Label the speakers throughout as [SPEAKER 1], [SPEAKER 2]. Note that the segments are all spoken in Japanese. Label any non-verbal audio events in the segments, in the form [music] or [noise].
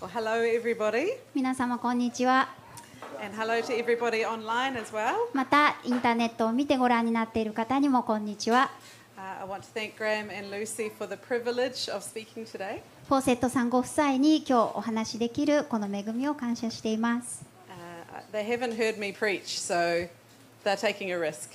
[SPEAKER 1] Well, hello, everybody,
[SPEAKER 2] 皆様こんにちは
[SPEAKER 1] and hello to everybody online as well.
[SPEAKER 2] またインターネットを見てご覧になっている方にもこんにちは
[SPEAKER 1] Uh, I want to thank Graham and Lucy for the privilege of speaking today.
[SPEAKER 2] フォーセットさんご夫妻に今日お話しできるこの恵みを感謝しています、
[SPEAKER 1] Uh, they haven't heard me preach, so they're taking a risk.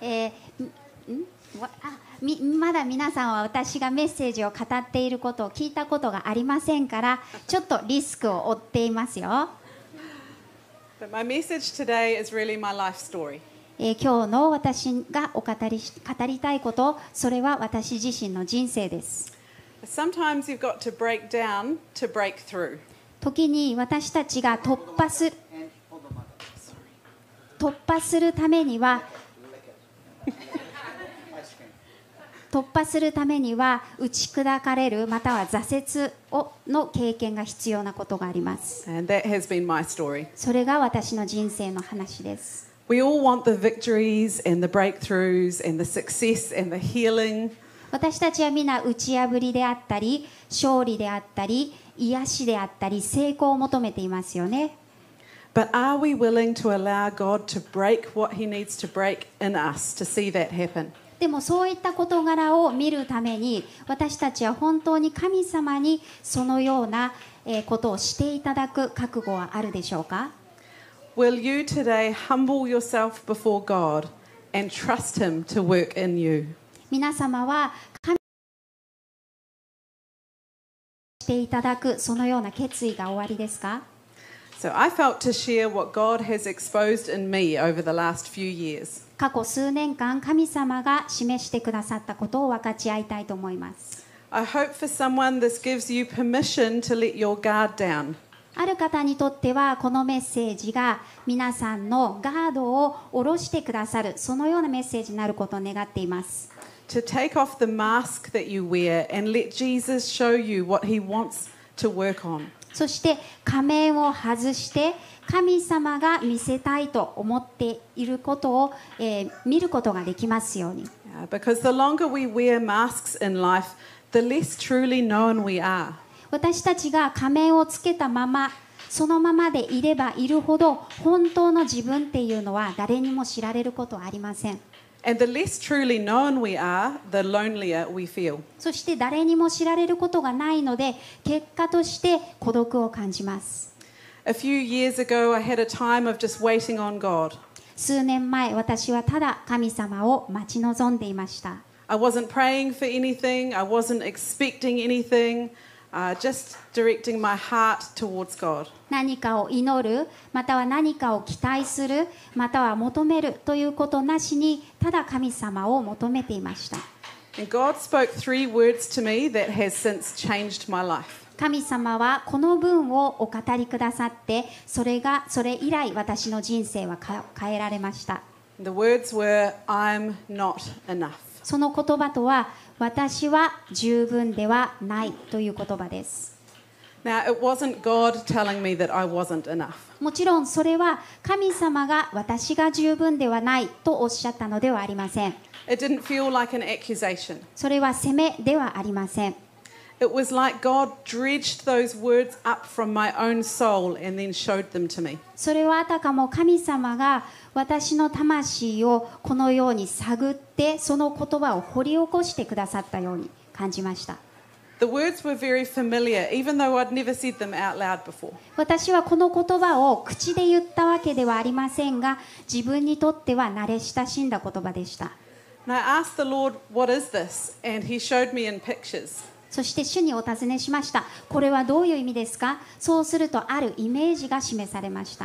[SPEAKER 2] えーんんわあみまだ皆さんは私がメッセージを語っていることを聞いたことがありませんからちょっとリスクを負っていますよ、
[SPEAKER 1] But my message today is really my life story.
[SPEAKER 2] えー今日の私がお語りし語りたいことそれは私自身の人生です
[SPEAKER 1] Sometimes you've got to break down to break through.
[SPEAKER 2] 時に私たちが突破する
[SPEAKER 3] and hold the mic.
[SPEAKER 2] 突破するためには
[SPEAKER 3] Ice cream.
[SPEAKER 2] 突破するためには打ち砕かれるまたは挫折をの経験が必要なことがあります
[SPEAKER 1] And that has been my story.
[SPEAKER 2] それが私の人生の話です
[SPEAKER 1] We all want the victories and the breakthroughs and the success and the healing.
[SPEAKER 2] 私たちは皆打ち破りであったり勝利であったり癒しであったり成功を求めていますよね
[SPEAKER 1] But are we willing to allow God to break what He needs to break in us to see that happen?
[SPEAKER 2] でもそういった事柄を見るために私たちは本当に神様にそのようなえーことをしていただく覚悟はあるでしょうか
[SPEAKER 1] Will you today humble yourself before God and trust Him to work in you?
[SPEAKER 2] 皆様は神していただくそのような決意がおありですか
[SPEAKER 1] So I felt to share what God has exposed in me over the last few years.
[SPEAKER 2] 過去数年間神様が示してくださったことを分かち合いたいと思います
[SPEAKER 1] I hope for someone this gives you permission to let your guard down,
[SPEAKER 2] ある方にとってはこのメッセージが皆さんのガードを下ろしてくださるそのようなメッセージになることを願っています
[SPEAKER 1] to take off the mask that you wear and let Jesus show you what He wants to work on.
[SPEAKER 2] そして仮面を外して神様が見せたいと思っていることを、えー見ることができますように
[SPEAKER 1] Yeah, because the longer we wear masks in life, the less truly known we are.
[SPEAKER 2] 私たちが仮面をつけたままそのままでいればいるほど本当の自分っていうのは誰にも知られることはありません
[SPEAKER 1] And the less truly known we are, the lonelier we feel.
[SPEAKER 2] そして誰にも知られることがないので結果として孤独を感じます
[SPEAKER 1] A few years ago, I had a time of just waiting on God.
[SPEAKER 2] 数年前私はただ神様を待ち望んでいました
[SPEAKER 1] I wasn't praying for anything, I wasn't expecting anything, uh, just directing my heart towards God.
[SPEAKER 2] 何かを祈るまたは何かを期待するまたは求めるということなしにただ神様を求めていました
[SPEAKER 1] And God spoke three words to me that has since changed my life.
[SPEAKER 2] 神様はこの文をお語りくださってそれがそれ以来私の人生はか変えられました
[SPEAKER 1] The words were, I'm not enough.
[SPEAKER 2] その言葉とは私は十分ではないという言葉です
[SPEAKER 1] Now, it wasn't God telling me that I wasn't enough.
[SPEAKER 2] もちろんそれは神様が私が十分ではないとおっしゃったのではありません
[SPEAKER 1] It didn't feel like an accusation.
[SPEAKER 2] それは責めではありません
[SPEAKER 1] It was like God dredged those words up from my own soul and then showed them to me.
[SPEAKER 2] それはあたかも神様が私の魂をこのように探ってその言葉を掘り起こしてくださったように感じました
[SPEAKER 1] The words were very familiar, even though I'd never said them out loud before.
[SPEAKER 2] 私はこの言葉を口で言ったわけではありませんが自分にとっては慣れ親しんだ言葉でした
[SPEAKER 1] And I asked the Lord, What is this? And He showed me in pictures.
[SPEAKER 2] そして主にお尋ねしましたこれはどういう意味ですかそうするとあるイメージが示されました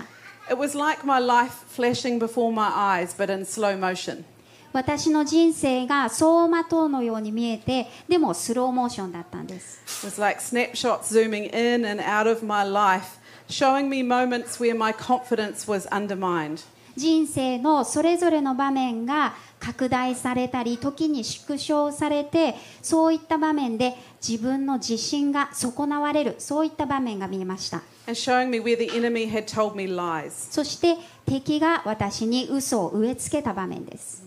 [SPEAKER 1] It was like my life flashing before my eyes, but in slow motion.
[SPEAKER 2] 私の人生が走馬灯のように見えてでもスローモーションだったんです
[SPEAKER 1] It was like snapshots zooming in and out of my life, showing me moments where my confidence was undermined.
[SPEAKER 2] 人生のそれぞれの場面が拡大されたり時に縮小されてそういった場面で自分の自信が損なわれるそういった場面が見えました
[SPEAKER 1] and showing me where the enemy had told me lies.
[SPEAKER 2] そして敵が私に嘘を植え付けた場面です。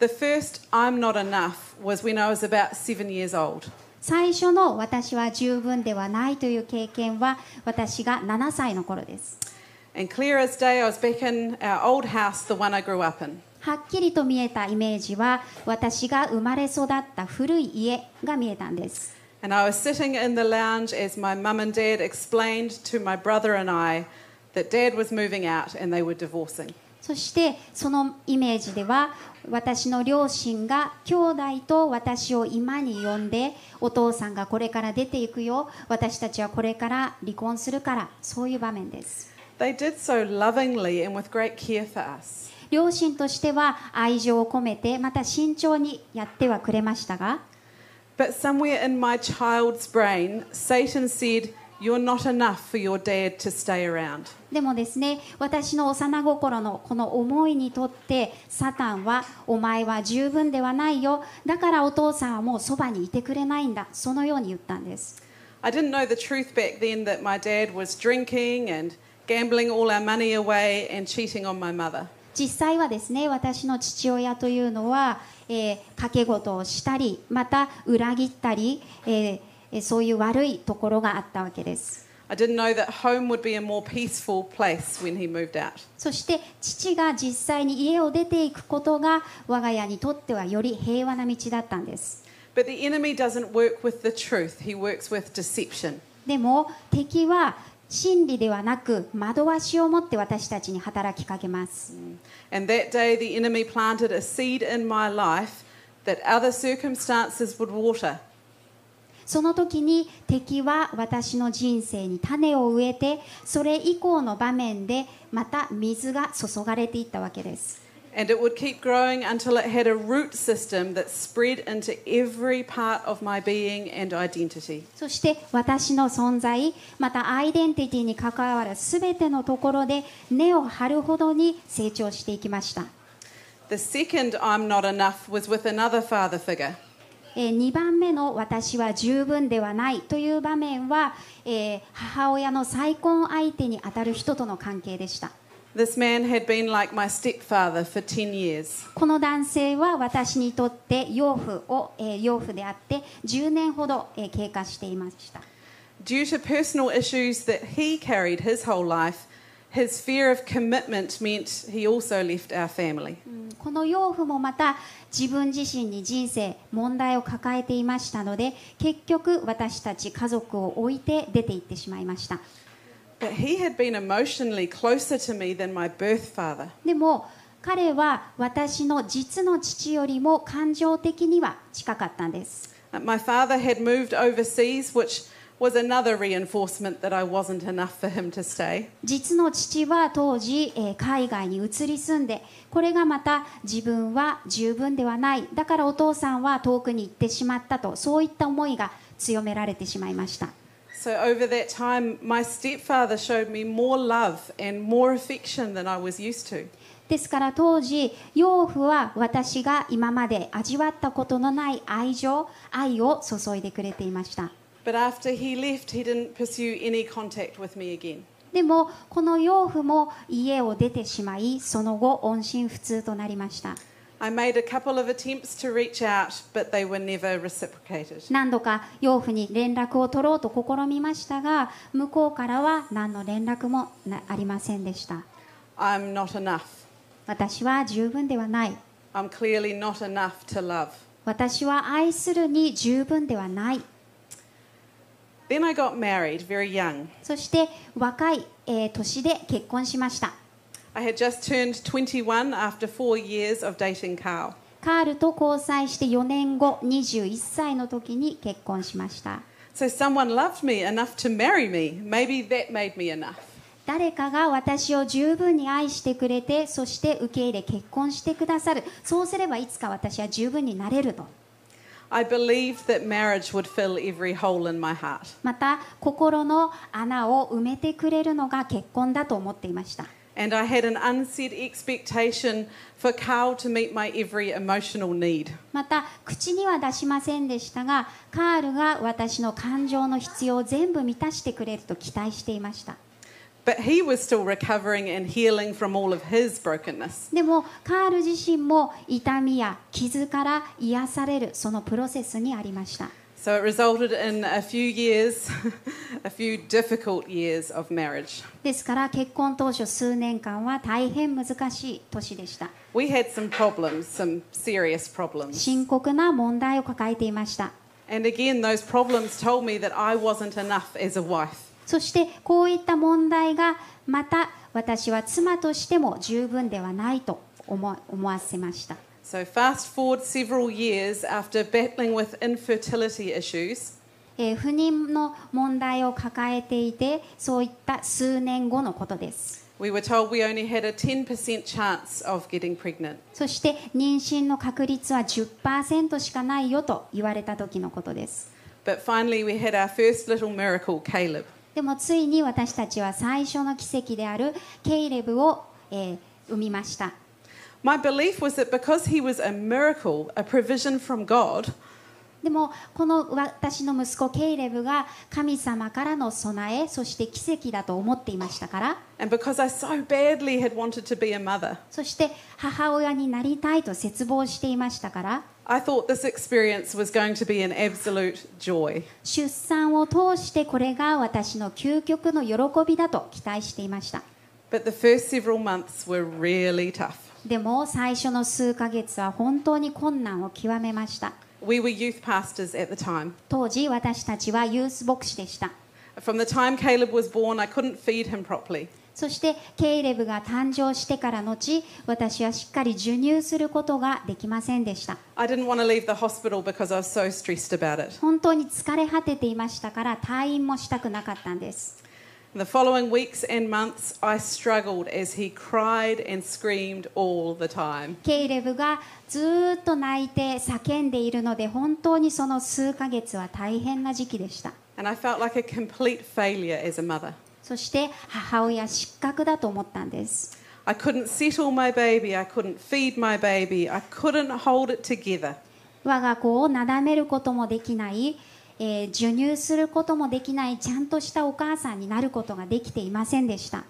[SPEAKER 1] The first I'm not enough was when I was about seven years old.
[SPEAKER 2] 最初の私は十分ではないという経験は私が7歳の頃です。
[SPEAKER 1] And clear as day, I was back in our old house, the one I grew up in.
[SPEAKER 2] はっきりと見えたイメージは私が生まれ育った古い家が見えたんです。
[SPEAKER 1] And I was sitting in the lounge as my mum and dad explained to my brother and I that dad was moving out and they were divorcing.
[SPEAKER 2] そしてそのイメージでは私の両親が兄弟と私を今に呼んでお父さんがこれから出ていくよ私たちはこれから離婚するからそういう場面です
[SPEAKER 1] They did so lovingly and with great care for us.
[SPEAKER 2] 両親としては愛情を込めてまた慎重にやってはくれましたが
[SPEAKER 1] But somewhere in my child's brain, Satan said, You're not enough for your dad to stay around.
[SPEAKER 2] でもですね私の幼心のこの思いにとってサタンはお前は十分ではないよだからお父さんはもうそばにいてくれないんだそのように言ったんです
[SPEAKER 1] I didn't know the truth back then that my dad was drinking and gambling all our money away and cheating on my mother.
[SPEAKER 2] 実際はですね私の父親というのは、えー賭け事をしたりまた裏切ったり、えーえーそういう悪いところがあったわけです
[SPEAKER 1] I didn't know that home would be a more peaceful place when he moved out.
[SPEAKER 2] そして父が実際に家を出ていくことが我が家にとってはより平和な道だったんです
[SPEAKER 1] But the enemy doesn't work with the truth, he works with deception.
[SPEAKER 2] でも敵は真理ではなく惑わしを持って私たちに働きかけます、
[SPEAKER 1] And that day, the enemy planted a seed in my life that other circumstances would water.
[SPEAKER 2] その時に敵は私の人生に種を植えてそれ以降の場面でまた水が注がれていったわけです
[SPEAKER 1] And it would keep growing until it had a root system that spread into every part of my being and identity.
[SPEAKER 2] そして私の存在またアイデンティティに関わる全てのところで根を張るほどに成長していきました、
[SPEAKER 1] The second I'm not enough was with another father figure.
[SPEAKER 2] え2番目の「私は十分ではない」という場面は、えー母親の再婚相手にあたる人との関係でした。
[SPEAKER 1] This man had been like my stepfather for 10 years.
[SPEAKER 2] この男性は私にとって養父を、えー養父であって10年ほど、えー経過していました。
[SPEAKER 1] Due to personal issues that he carried his whole life, his fear of commitment meant he also left our family.
[SPEAKER 2] うんこの養父もまた自分自身に人生問題を抱えていましたので結局私たち家族を置いて出て行ってしまいました
[SPEAKER 1] But he had been emotionally closer to me than my birth father.
[SPEAKER 2] でも彼は私の実の父よりも感情的には近かったんです
[SPEAKER 1] My father had moved overseas, which was another reinforcement that I wasn't enough for him to stay.
[SPEAKER 2] 実の父は当時、えー海外に移り住んでこれがまた自分は十分ではないだからお父さんは遠くに行ってしまったとそういった思いが強められてしまいました
[SPEAKER 1] So over that time, my stepfather showed me more love and more affection than I was used to.
[SPEAKER 2] ですから当時養父は私が今まで味わったことのない愛情愛を注いでくれていました
[SPEAKER 1] But after he left, he didn't pursue any contact with me again.
[SPEAKER 2] でもこの養父も家を出てしまいその後音信不通となりました
[SPEAKER 1] I made a couple of attempts to reach out, but they were never reciprocated.
[SPEAKER 2] 何度か養父に連絡を取ろうと試みましたが向こうからは何の連絡もなありませんでした
[SPEAKER 1] I'm not enough.
[SPEAKER 2] 私は十分ではない
[SPEAKER 1] I'm clearly not enough to love.
[SPEAKER 2] 私は愛するに十分ではない
[SPEAKER 1] Then I got married very young.
[SPEAKER 2] そして若い、えー年で結婚しました
[SPEAKER 1] I had just turned 21 after four years of dating Carl.
[SPEAKER 2] カールと交際して4年後21歳の時に結婚しました
[SPEAKER 1] So someone loved me enough to marry me. Maybe that made me enough.
[SPEAKER 2] 誰かが私を十分に愛してくれてそして受け入れ結婚してくださるそうすればいつか私は十分になれると
[SPEAKER 1] I believed that marriage would fill every hole in my heart.
[SPEAKER 2] また心の穴を埋めてくれるのが結婚だと思っていました
[SPEAKER 1] And I had an unsaid expectation for Carl to meet my every emotional need.
[SPEAKER 2] また口には出しませんでしたがカールが私の感情の必要を全部満たしてくれると期待していました
[SPEAKER 1] But he was still recovering and healing from all of his brokenness.
[SPEAKER 2] でもカール自身も痛みや傷から癒されるそのプロセスにありました
[SPEAKER 1] So it resulted in a few years, [laughs] a few difficult years of marriage.
[SPEAKER 2] ですから結婚当初数年間は大変難しい年でした
[SPEAKER 1] We had some problems, some serious problems.
[SPEAKER 2] 深刻な問題を抱えていました
[SPEAKER 1] And again, those problems told me that I wasn't enough as a wife.
[SPEAKER 2] そしてこういった問題がまた私は妻としても十分ではないと思思わせました
[SPEAKER 1] So, fast forward several years after battling with infertility issues,
[SPEAKER 2] えー不妊の問題を抱えていてそういった数年後のことです
[SPEAKER 1] we were told we only had a 10% chance of getting pregnant.
[SPEAKER 2] そして妊娠の確率は10%しかないよと言われた時のことです
[SPEAKER 1] But finally, we had our first little miracle, Caleb.
[SPEAKER 2] でもついに私たちは最初の奇跡であるケイレブを、えー生みました
[SPEAKER 1] My belief was that because he was a miracle, a provision from God,
[SPEAKER 2] でもこの私の息子ケイレブが神様からの備えそして奇跡だと思っていましたから
[SPEAKER 1] and because I so badly had wanted to be a mother,
[SPEAKER 2] そして母親になりたいと絶望していましたから
[SPEAKER 1] I thought this experience was going to be an absolute joy.
[SPEAKER 2] 出産を通してこれが私の究極の喜びだと期待していました
[SPEAKER 1] But the first several months were really tough.
[SPEAKER 2] でも最初の数ヶ月は本当に困難を極めました
[SPEAKER 1] We were youth pastors at the time.
[SPEAKER 2] 当時私たちはユース牧師でした
[SPEAKER 1] From the time Caleb was born, I couldn't feed him properly.
[SPEAKER 2] そしてケイレブが誕生してから後私はしっかり授乳することができませんでした
[SPEAKER 1] I didn't want to leave the hospital because I was so stressed about it.
[SPEAKER 2] 本当に疲れ果てていましたから退院もしたくなかったんです
[SPEAKER 1] The following weeks and months, I struggled as he cried and screamed all the time.
[SPEAKER 2] ケイレブがずーっと泣いて叫んでいるので本当にその数ヶ月は大変な時期でした
[SPEAKER 1] And I felt like a complete failure as a mother.
[SPEAKER 2] そして母親失格だと思ったんです
[SPEAKER 1] I couldn't settle my baby, I couldn't feed my baby, I couldn't hold it together.
[SPEAKER 2] 我が子をなだめることもできない、えー授乳することもできないちゃんとしたお母さんになることができていませんでした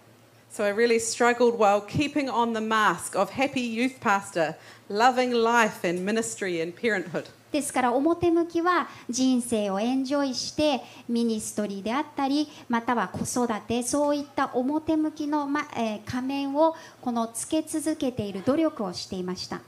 [SPEAKER 1] So I really struggled while keeping on the mask of happy youth pastor, loving life and ministry and parenthood.
[SPEAKER 2] ですから表向きは人生をエンジョイしてミニストリーであったりまたは子育てそういった表向きの、まえー仮面をこのつけ続けている努力をしていました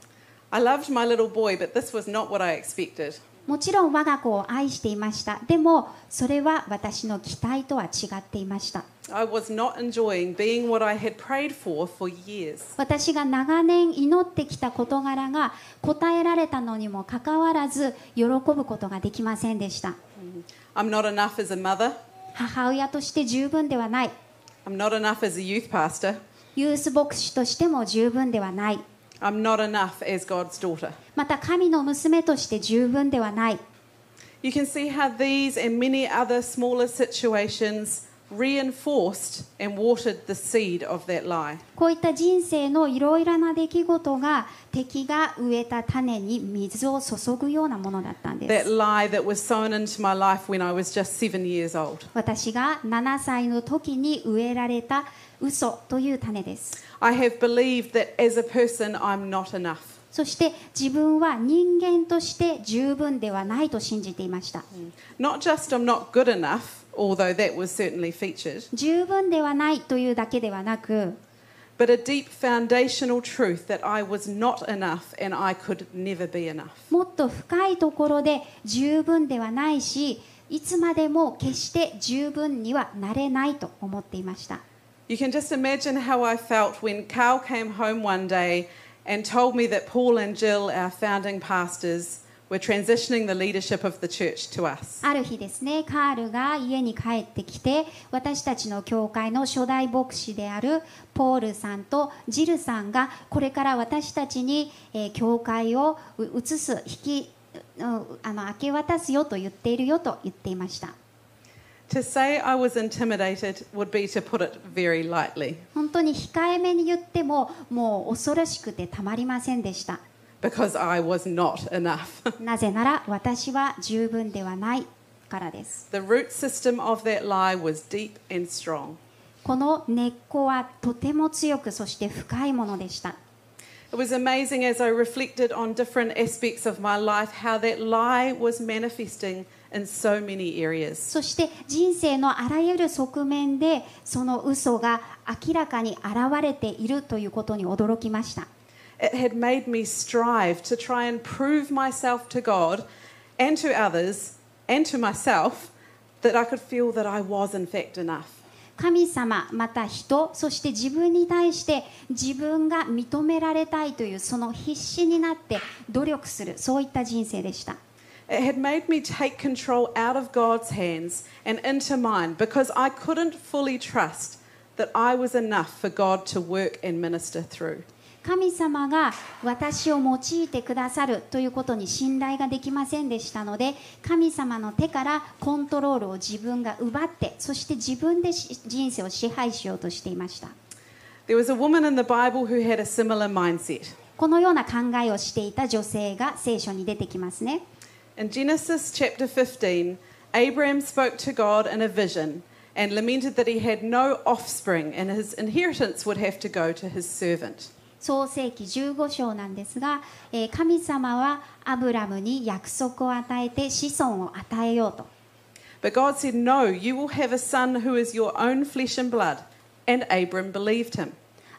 [SPEAKER 1] I loved my little boy, but this was not what I expected.
[SPEAKER 2] もちろん我が子を愛していましたでもそれは私の期待とは違っていました
[SPEAKER 1] I was not enjoying being what I had prayed for for years.
[SPEAKER 2] 私が長年祈ってきた事柄が答えられたのにもかかわらず喜ぶことができませんでした
[SPEAKER 1] I'm not enough as a mother.
[SPEAKER 2] 母親として十分ではない
[SPEAKER 1] I'm not enough as a youth pastor.
[SPEAKER 2] ユース牧師としても十分ではない
[SPEAKER 1] I'm not enough as God's daughter.
[SPEAKER 2] また神の娘として十分ではない
[SPEAKER 1] You can see how these and many other smaller situations reinforced and watered the seed of that lie.
[SPEAKER 2] こういった人生のいろいろな出来事が敵が植えた種に水を注ぐようなものだったんで
[SPEAKER 1] That
[SPEAKER 2] す
[SPEAKER 1] lie that was sown into my life when I was just seven years old.
[SPEAKER 2] 私が7歳の時に植えられた嘘という種です
[SPEAKER 1] I have believed that as a person, I'm not enough.
[SPEAKER 2] そして自分は人間として十分ではないと信じていました
[SPEAKER 1] Not just I'm not good enough, although that was certainly featured,
[SPEAKER 2] 十分ではないというだけではなく
[SPEAKER 1] but a deep foundational truth that I was not enough and I could never be enough.
[SPEAKER 2] もっと深いところで十分ではないしいつまでも決して十分にはなれないと思っていました
[SPEAKER 1] You can just imagine how I felt when Carl came home one day and told me that Paul and Jill, our founding pastors, were transitioning the leadership of the church to us.
[SPEAKER 2] ある日ですねカールが家に帰ってきて私たちの教会の初代牧師であるポールさんとジルさんがこれから私たちに、えー教会をう移す引きうんあの明け渡すよと言っているよと言っていました
[SPEAKER 1] To say I was intimidated would be to put it very lightly,
[SPEAKER 2] 本当に控えめに言ってももう恐ろしくてたまりませんでした
[SPEAKER 1] because I was not enough. [laughs]
[SPEAKER 2] なぜなら私は十分ではないからです。
[SPEAKER 1] the root system of that lie was deep and strong.
[SPEAKER 2] この根っこはとても強くそして深いものでした。
[SPEAKER 1] It was amazing as I reflected on different aspects of my life how that lie was manifesting in so many areas.
[SPEAKER 2] そして人生のあらゆる側面でその嘘が明らかに現れているということに驚きました
[SPEAKER 1] It had made me strive to try and prove myself to God and to others and to myself that I could feel that I was, in fact, enough.
[SPEAKER 2] 神様また人そして自分に対して自分が認められたいというその必死になって努力するそういった人生でした
[SPEAKER 1] It had made me take control out of God's hands and into mine because I couldn't fully trust that I was enough for God to work and minister through.
[SPEAKER 2] 神様が私を用いてくださるということに信頼ができませんでしたので神様の手からコントロールを自分が奪ってそして自分でし人生を支配しようとしていました
[SPEAKER 1] There was a woman in the Bible who had a similar mindset.
[SPEAKER 2] このような考えをしていた女性が聖書に出てきますね
[SPEAKER 1] In Genesis chapter 15, Abraham spoke to God in a vision and lamented that he had no offspring and his inheritance would have to go to his servant.
[SPEAKER 2] 創世紀15章なんですが、えー神様はアブラムに約束を与えて子孫を与えようと
[SPEAKER 1] But God said, No, you will have a son who is your own flesh and blood. And Abram believed him.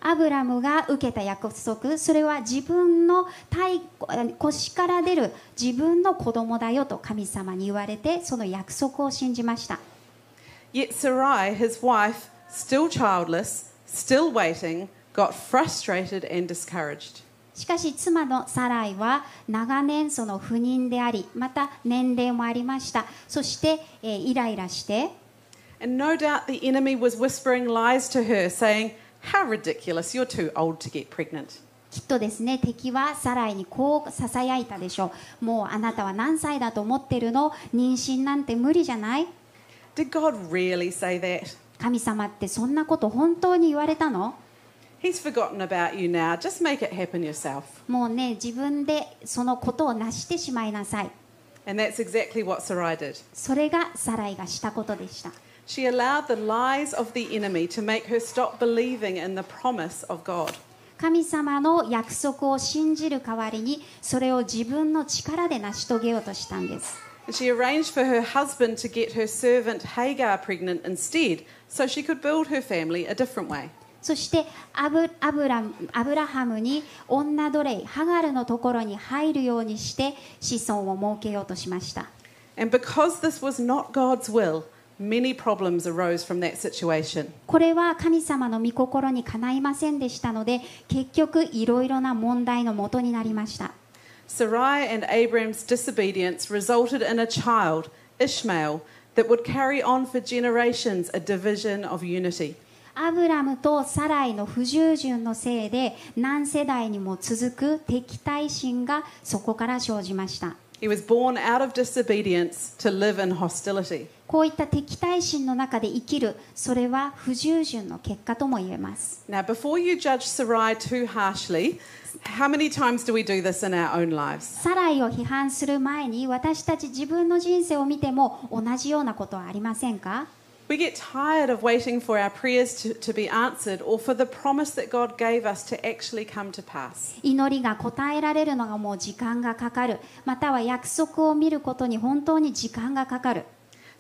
[SPEAKER 2] アブラムが受けた約束それは自分の体腰から出る自分の子供だよと神様に言われてその約束を信じました
[SPEAKER 1] Yet Sarai, his wife, still childless, still waiting, got frustrated and discouraged.
[SPEAKER 2] しかし妻のサライは長年その不妊でありまた年齢もありましたそして、えーイライラして
[SPEAKER 1] And no doubt the enemy was whispering lies to her, saying, How ridiculous, you're too old to get pregnant.
[SPEAKER 2] きっとですね敵はサライにこうささやいたでしょうもうあなたは何歳だと思ってるの妊娠なんて無理じゃない
[SPEAKER 1] Did God really say that?
[SPEAKER 2] 神様ってそんなこと本当に言われたの
[SPEAKER 1] He's forgotten about you now. Just make it happen yourself.
[SPEAKER 2] もうね自分でそのことを成してしまいなさい
[SPEAKER 1] And that's exactly what Sarai did.
[SPEAKER 2] それがサライがしたことでした
[SPEAKER 1] She allowed the lies of the enemy to make her stop believing in the promise of God.
[SPEAKER 2] 神様の約束を信じる代わりにそれを自分の力で成し遂げようとしたんです
[SPEAKER 1] And she arranged for her husband to get her servant Hagar pregnant instead so she could build her family a different way.
[SPEAKER 2] そしてアブアブラアブラハムに女奴隷ハガルのところに入るようにして子孫を設けようとしました
[SPEAKER 1] And because this was not God's will, many problems arose from that situation.
[SPEAKER 2] これは神様の御心にかないませんでしたので結局いろいろな問題の元になりました
[SPEAKER 1] Sarai and Abram's disobedience resulted in a child, Ishmael, that would carry on for generations a division of unity.
[SPEAKER 2] アブラムとサライの不従順のせいで何世代にも続く敵対心がそこから生じました
[SPEAKER 1] He was born out of disobedience to live in hostility.
[SPEAKER 2] こういった敵対心の中で生きるそれは不従順の結果とも言えます
[SPEAKER 1] Now, before you judge Sarai too harshly, how many times do we do this in our own lives?
[SPEAKER 2] サライを批判する前に私たち自分の人生を見ても同じようなことはありませんか
[SPEAKER 1] We get tired of waiting for our prayers to, to be answered or for the promise that God gave us to actually come to pass.
[SPEAKER 2] 祈りが答えられるのがもう時間がかかるまたは約束を見ることに本当に時間がかかる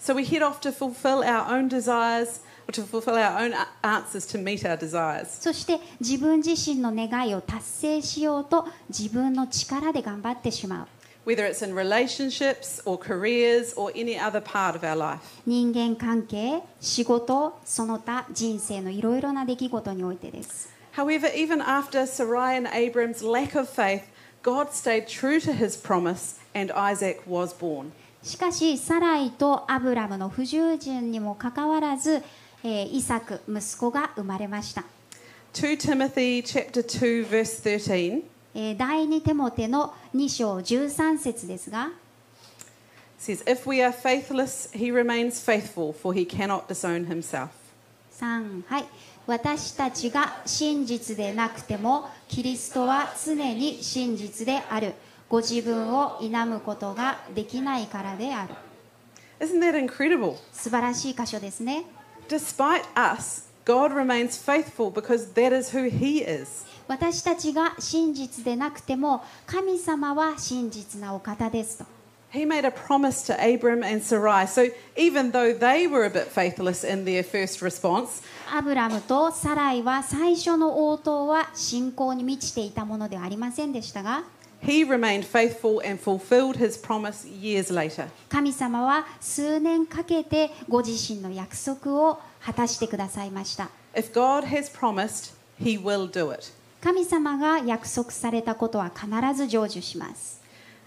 [SPEAKER 1] So we head off to fulfill our own desires or to fulfill our own a- answers to meet our desires.
[SPEAKER 2] そして自分自身の願いを達成しようと自分の力で頑張ってしまう
[SPEAKER 1] whether it's in relationships or careers or any other part of our life.
[SPEAKER 2] 人間関係仕事その他人生のいろいろな出来事においてです
[SPEAKER 1] However, even after Sarai and Abram's lack of faith, God stayed true to his promise and Isaac was born.
[SPEAKER 2] しかしサライとアブラムの不従順にもかかわらず、えーイサク息子が生まれました、
[SPEAKER 1] 2 Timothy chapter 2 verse 13
[SPEAKER 2] えー第2テモテの2章13節ですが
[SPEAKER 1] says, "If we are faithless, he remains faithful, for he cannot disown himself."
[SPEAKER 2] 3はい私たちが真実でなくてもキリストは常に真実であるご自分を否むことができないからである
[SPEAKER 1] Isn't that incredible?
[SPEAKER 2] 素晴らしい箇所ですね
[SPEAKER 1] Despite us, God remains faithful because that is who he is.
[SPEAKER 2] 私たちが真実でなくても神様は真実なお方ですと
[SPEAKER 1] He made a promise to Abram and Sarai. So even though they were a bit faithless in their first response,
[SPEAKER 2] アブラムとサライは最初の応答は信仰に満ちていたものではありませんでしたが
[SPEAKER 1] he remained faithful and fulfilled his promise years later.
[SPEAKER 2] 神様は数年かけてご自身の約束を果たしてくださいました
[SPEAKER 1] If God has promised, he will do it.
[SPEAKER 2] 神様が約束されたことは必ず成就します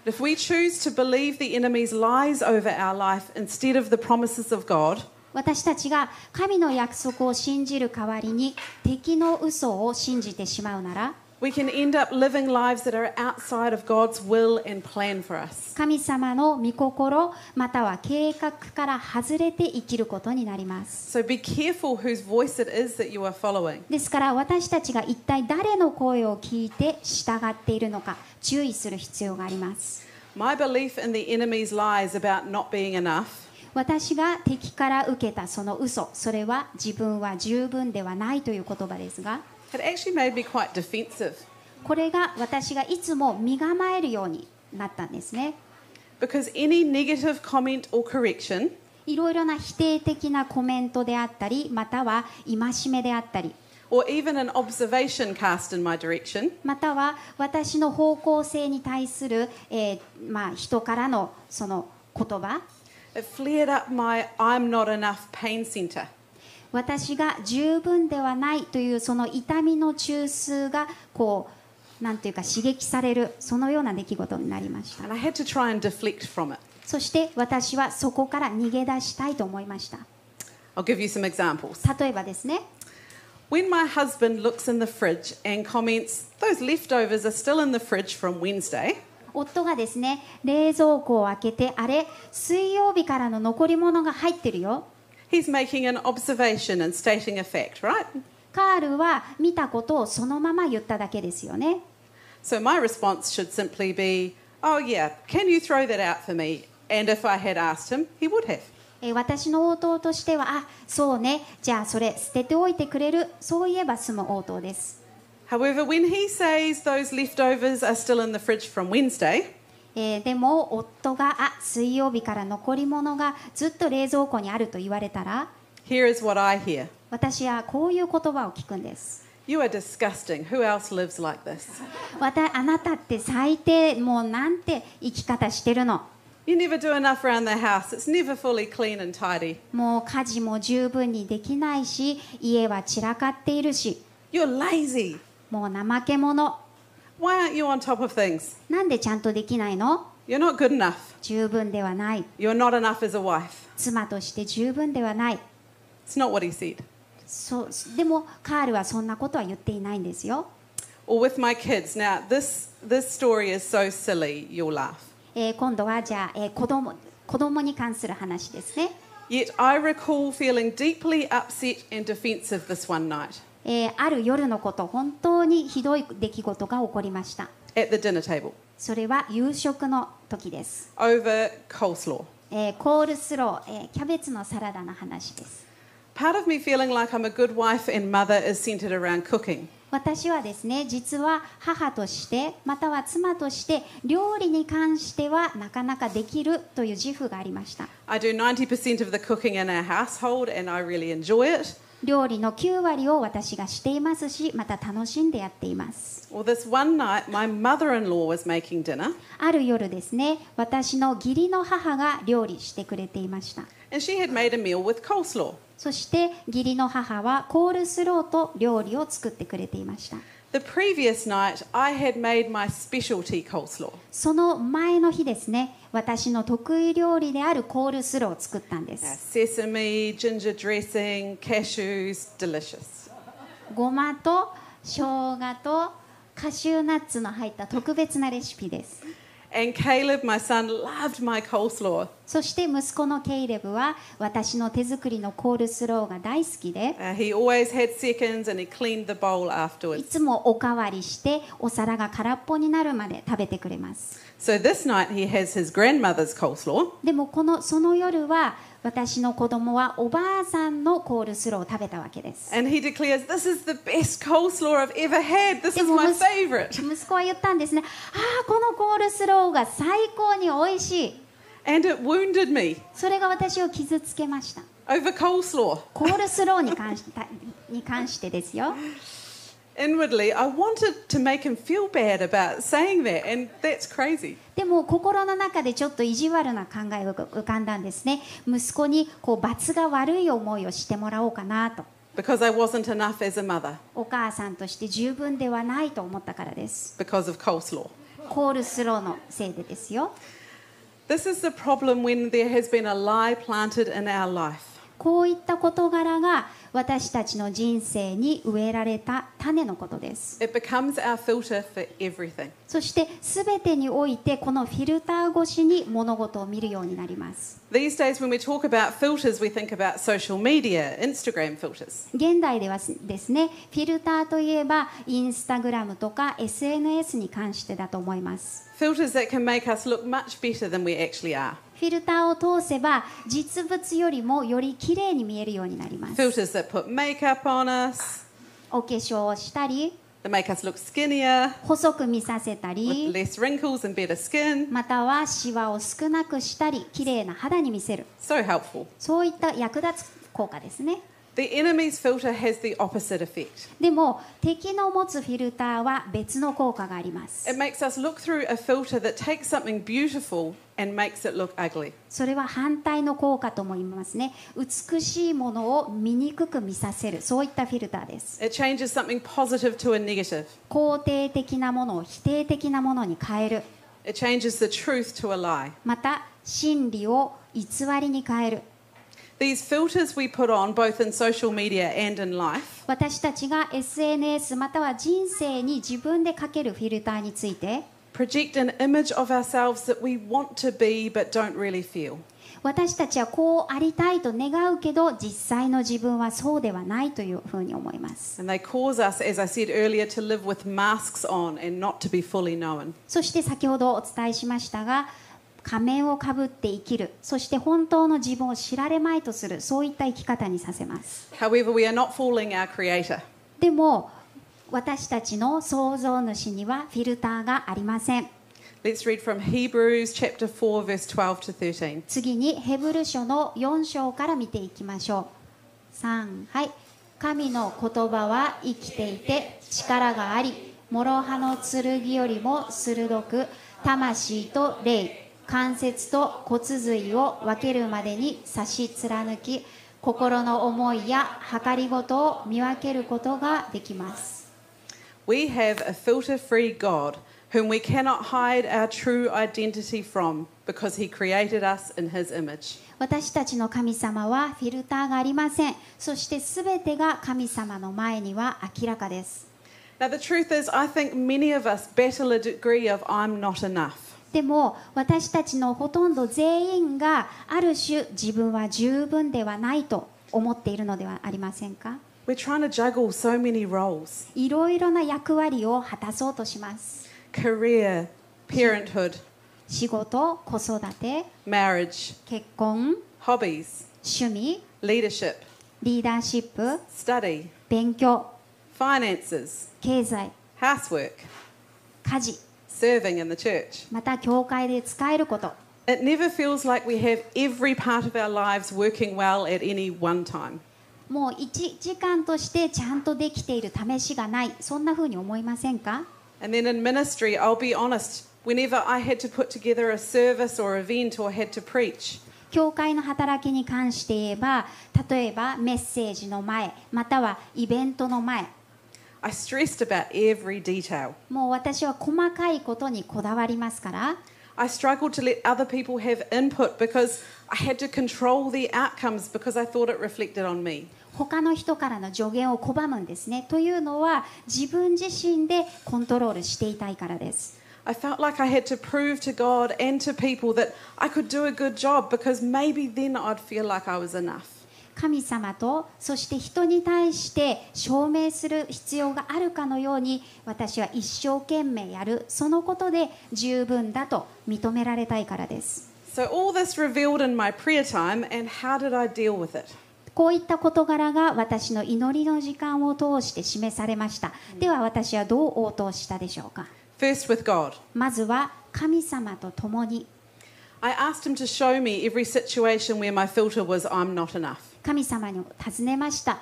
[SPEAKER 1] If we choose to believe the enemy's lies over our life instead of the promises of God,
[SPEAKER 2] 私たちが神の約束を信じる代わりに敵の嘘を信じてしまうなら
[SPEAKER 1] we can end up living lives that are outside of God's will and plan for us.
[SPEAKER 2] 神様の御心または計画から外れて生きることになります
[SPEAKER 1] So be careful whose voice it is that you are following.
[SPEAKER 2] ですから私たちが一体誰の声を聞いて従っているのか注意する必要があります
[SPEAKER 1] My belief in the enemy's lies about not being enough
[SPEAKER 2] 私が敵から受けたその嘘それは自分は十分ではないという言葉ですが
[SPEAKER 1] had actually made me quite defensive
[SPEAKER 2] これが私がいつも身構えるようになったんですね
[SPEAKER 1] because any negative comment or correction
[SPEAKER 2] いろいろな否定的なコメントであったりまたは戒めであったり
[SPEAKER 1] or even an observation cast in my direction
[SPEAKER 2] または私の方向性に対する、えーまあ、人からのその言葉
[SPEAKER 1] it flared up my I'm not enough pain center.
[SPEAKER 2] 私が十分ではないというその痛みの中枢がこうなんというか刺激されるそのような出来事になりました
[SPEAKER 1] And I had to try and deflect from it.
[SPEAKER 2] そして私はそこから逃げ出したいと思いました。
[SPEAKER 1] I'll give you some examples.
[SPEAKER 2] 例えばですね、
[SPEAKER 1] When my husband looks in the fridge and comments, those leftovers are still in the fridge from Wednesday,
[SPEAKER 2] 夫がですね、冷蔵庫を開けて、あれ、水曜日からの残り物が入ってるよ。
[SPEAKER 1] he's making an observation and stating a fact, right?
[SPEAKER 2] カールは見たことをそのまま言っただけですよね。
[SPEAKER 1] So my response should simply be, Oh, yeah, can you throw that out for me? And if I had asked him, he would have.
[SPEAKER 2] えー私の応答としては、あ、そうね、じゃあそれ捨てておいてくれる、そういえば済む応答です。
[SPEAKER 1] However, when he says those leftovers are still in the fridge from Wednesday,
[SPEAKER 2] えーでも夫が、あ、水曜日から残り物がずっと冷蔵庫にあると言われたら、
[SPEAKER 1] here is what I hear.
[SPEAKER 2] 私はこういう言葉を聞くんです。
[SPEAKER 1] You are disgusting. Who else lives like this?
[SPEAKER 2] わたあなたって最低もうなんて生き方してるの
[SPEAKER 1] You never do enough around the house. It's never fully clean and tidy.
[SPEAKER 2] もう家事も十分にできないし家は散らかっているし
[SPEAKER 1] You're lazy.
[SPEAKER 2] もう怠け者
[SPEAKER 1] Why aren't you on top of things?
[SPEAKER 2] なんでちゃんとできないの
[SPEAKER 1] You're not good enough.
[SPEAKER 2] 十分ではない
[SPEAKER 1] You're not enough as a wife.
[SPEAKER 2] 妻として十分ではない
[SPEAKER 1] It's not what he said.
[SPEAKER 2] そうでもカールはそんなことは言っていないんですよ、
[SPEAKER 1] Or with my kids. Now, this, this story is so silly, you'll laugh.
[SPEAKER 2] えー今度はじゃあ、えー子供子供に関する話ですね、
[SPEAKER 1] Yet I recall feeling deeply upset and defensive this one night
[SPEAKER 2] えーある夜のこと本当にひどい出来事が起こりました
[SPEAKER 1] at the dinner table
[SPEAKER 2] それは夕食の時です
[SPEAKER 1] over coleslaw.
[SPEAKER 2] えーコールスロー、えーキャベツのサラダの話です。
[SPEAKER 1] Part of me feeling like I'm a good wife and mother is centered around cooking.
[SPEAKER 2] 私はですね、実は母として、または妻として、料理に関してはなかなかできるという自負がありました。
[SPEAKER 1] I do 90% of the cooking in our household and I really enjoy it.
[SPEAKER 2] 料理の9割を私がしていますし、また楽しんでやっています。
[SPEAKER 1] Well, this one night, my mother in law was making dinner
[SPEAKER 2] ある夜ですね、私の義理の母が料理してくれていました。
[SPEAKER 1] and she had made a meal with coleslaw.
[SPEAKER 2] そして義理の母はコールスローと料理を作ってくれていました。
[SPEAKER 1] The previous night, I had made my specialty coleslaw.
[SPEAKER 2] その前の日ですね、私の得意料理であるコールスローを作ったんで
[SPEAKER 1] Uh,
[SPEAKER 2] す。
[SPEAKER 1] sesame, ginger dressing, cashews, delicious.
[SPEAKER 2] ごまと生姜とカシューナッツの入った特別なレシピです。
[SPEAKER 1] And Caleb, my son, loved my coleslaw.
[SPEAKER 2] そして息子のケイレブは私の手作りのコールスローが大好きで、
[SPEAKER 1] Uh, he always had seconds and he cleaned the bowl
[SPEAKER 2] い
[SPEAKER 1] afterwards.
[SPEAKER 2] つもおかわりしてお皿が空っぽになるまで食べてくれます。
[SPEAKER 1] So this night, he has his grandmother's coleslaw
[SPEAKER 2] でもこのその夜は私の子供はおばあさんのコールスローを食べたわけです。
[SPEAKER 1] and he declares, This is the best coleslaw I've ever had. This
[SPEAKER 2] で
[SPEAKER 1] is
[SPEAKER 2] も
[SPEAKER 1] my
[SPEAKER 2] 息
[SPEAKER 1] favorite. [laughs]
[SPEAKER 2] 息子は言ったんですね。ああ、このコールスローが最高に美味しい。
[SPEAKER 1] And it wounded me
[SPEAKER 2] それが私を傷つけました
[SPEAKER 1] over coleslaw.
[SPEAKER 2] コールスローに関したに関してですよ
[SPEAKER 1] Inwardly, I wanted to make him feel bad about saying that, and that's crazy.
[SPEAKER 2] でも心の中でちょっと意地悪な考えが浮かんだんですね息子にこう罰が悪い思いをしてもらおうかなと
[SPEAKER 1] Because I wasn't enough as a mother
[SPEAKER 2] お母さんとして十分ではないと思ったからです
[SPEAKER 1] because of coleslaw.
[SPEAKER 2] コールスローのせいでですよ
[SPEAKER 1] This is the problem when there has been a lie planted in our life.
[SPEAKER 2] こういった事柄が私たちの人生に植えられた種のことです
[SPEAKER 1] It becomes our filter for everything.
[SPEAKER 2] そして全てにおいてこのフィルター越しに物事を見るようになります
[SPEAKER 1] These days, when we talk about filters, we think about social media, Instagram filters.
[SPEAKER 2] 現代ではですねフィルターといえばインスタグラムとか SNS に関してだと思います
[SPEAKER 1] Filters that can make us look much better than we actually are.
[SPEAKER 2] フィルターを通せば実物よりもより綺麗に見えるようになります
[SPEAKER 1] Filters that put makeup on us,
[SPEAKER 2] お化粧をしたり
[SPEAKER 1] that make us look skinnier,
[SPEAKER 2] 細く見させた
[SPEAKER 1] with
[SPEAKER 2] り
[SPEAKER 1] less wrinkles and better skin.
[SPEAKER 2] またはシワを少なくしたり綺麗な肌に見せる
[SPEAKER 1] So helpful.
[SPEAKER 2] そういった役立つ効果ですね
[SPEAKER 1] The enemy's filter has the opposite effect.
[SPEAKER 2] でも敵の持つフィルターは別の効果があります
[SPEAKER 1] It makes us look through a filter that takes something beautiful and makes it look ugly.
[SPEAKER 2] それは反対の効果とも言いますね美しいものを醜く見させるそういったフィルターです
[SPEAKER 1] It changes something positive to a negative.
[SPEAKER 2] 肯定的なものを否定的なものに変える
[SPEAKER 1] It changes the truth to a lie.
[SPEAKER 2] また真理を偽りに変える
[SPEAKER 1] These filters we put on, both in social media and in life,
[SPEAKER 2] 私たちが SNS または人生に自分でかけるフィルターについて
[SPEAKER 1] project an image of ourselves that we want to be but don't really feel.
[SPEAKER 2] 私たちはこうありたいと願うけど実際の自分はそうではないというふうに思います
[SPEAKER 1] And they cause us, as I said earlier, to live with masks on and not to be fully known.
[SPEAKER 2] そして先ほどお伝えしましたが仮面をかぶって生きるそして本当の自分を知られまいとするそういった生き方にさせます
[SPEAKER 1] However, we are not fooling our Creator.
[SPEAKER 2] でも私たちの創造主にはフィルターがありません
[SPEAKER 1] Let's read from Hebrews chapter 4, verse 12 to 13.
[SPEAKER 2] 次にヘブル書の4章から見ていきましょう3はい神の言葉は生きていて力があり諸刃の剣よりも鋭く魂と霊関節と骨髄を分けるまでに差し貫き心の思いや計りごとを見分けることができます
[SPEAKER 1] We have a filter free God whom we cannot hide our true identity from because he created us in his image.
[SPEAKER 2] 私たちの神様はフィルターがありませんそして全てが神様の前には明らかです
[SPEAKER 1] Now, the truth is, I think many of us battle a degree of I'm not enough.
[SPEAKER 2] でも私たちのほとんど全員がある種自分は十分ではないと思っているのではありませんか
[SPEAKER 1] We're trying to juggle so many roles
[SPEAKER 2] いろいろな役割を果たそうとします
[SPEAKER 1] career, parenthood,
[SPEAKER 2] 仕事子育て
[SPEAKER 1] marriage,
[SPEAKER 2] 結婚
[SPEAKER 1] hobbies,
[SPEAKER 2] 趣味
[SPEAKER 1] leadership,
[SPEAKER 2] リーダーシップ
[SPEAKER 1] study,
[SPEAKER 2] 勉強
[SPEAKER 1] finances,
[SPEAKER 2] 経済
[SPEAKER 1] housework,
[SPEAKER 2] 家事
[SPEAKER 1] serving in the church.
[SPEAKER 2] また教会で使えること
[SPEAKER 1] It never feels like we have every part of our lives working well at any one time.
[SPEAKER 2] もう一時間としてちゃんとできている試しがないそんな風に思いませんか
[SPEAKER 1] And then in ministry, I'll be honest, whenever I had to put together a service or event or had to preach,
[SPEAKER 2] 教会の働きに関して言えば例えばメッセージの前またはイベントの前
[SPEAKER 1] I stressed about every detail.
[SPEAKER 2] もう私は細かいことにこだわりますから
[SPEAKER 1] I struggled to let other people have input because I had to control the outcomes because I thought it reflected on me.
[SPEAKER 2] 他の人からの助言を拒むんですねというのは自分自身でコントロールしていたいからです
[SPEAKER 1] I felt like I had to prove to God and to people that I could do a good job because maybe then I'd feel like I was enough.
[SPEAKER 2] 神様とそして人に対して証明する必要があるかのように私は一生懸命やるそのことで十分だと認められたいからです
[SPEAKER 1] So, all this revealed in my prayer time, and how did I deal with it?
[SPEAKER 2] こういった事柄が私の祈りの時間を通して示されました。では私はどう応答したでしょうか
[SPEAKER 1] First, with God.
[SPEAKER 2] まずは神様と共に。
[SPEAKER 1] I asked him to show me every situation where my filter was, I'm not enough.
[SPEAKER 2] 神様に尋ねました、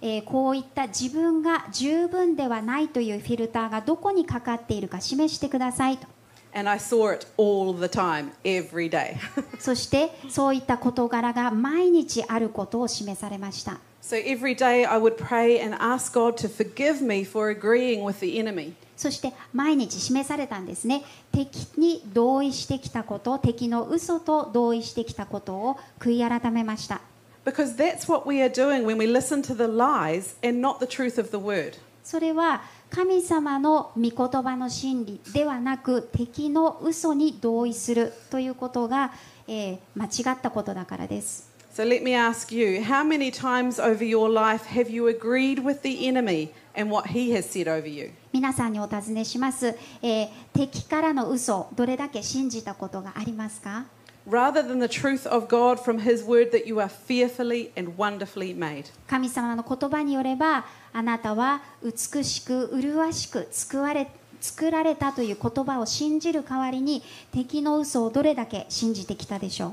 [SPEAKER 2] えーこういった自分が十分ではないというフィルターがどこにかかっているか示してくださいと
[SPEAKER 1] And I saw it all the time, every day. [laughs]
[SPEAKER 2] そしてそういった事柄が毎日あることを示されました
[SPEAKER 1] so every day I would pray and ask God to forgive me for agreeing with the enemy.
[SPEAKER 2] そして毎日示されたんですね敵に同意してきたこと敵の嘘と同意してきたことを悔い改めました
[SPEAKER 1] Because that's what we are doing when we listen to the lies and not the truth of the word.
[SPEAKER 2] それは神様の御言葉の真理ではなく敵の嘘に同意するということが、えー間違ったことだからです
[SPEAKER 1] So let me ask you, how many times over your life have you agreed with the enemy and what he has said over you?
[SPEAKER 2] 皆さんにお尋ねします、えー敵からの嘘をどれだけ信じたことがありますか
[SPEAKER 1] Rather than the truth of God from his word that you are fearfully and wonderfully made.
[SPEAKER 2] 神様の言葉によればあなたは美しく麗しく作られ作られたという言葉を信じる代わりに敵の嘘をどれだけ信じてきたでしょう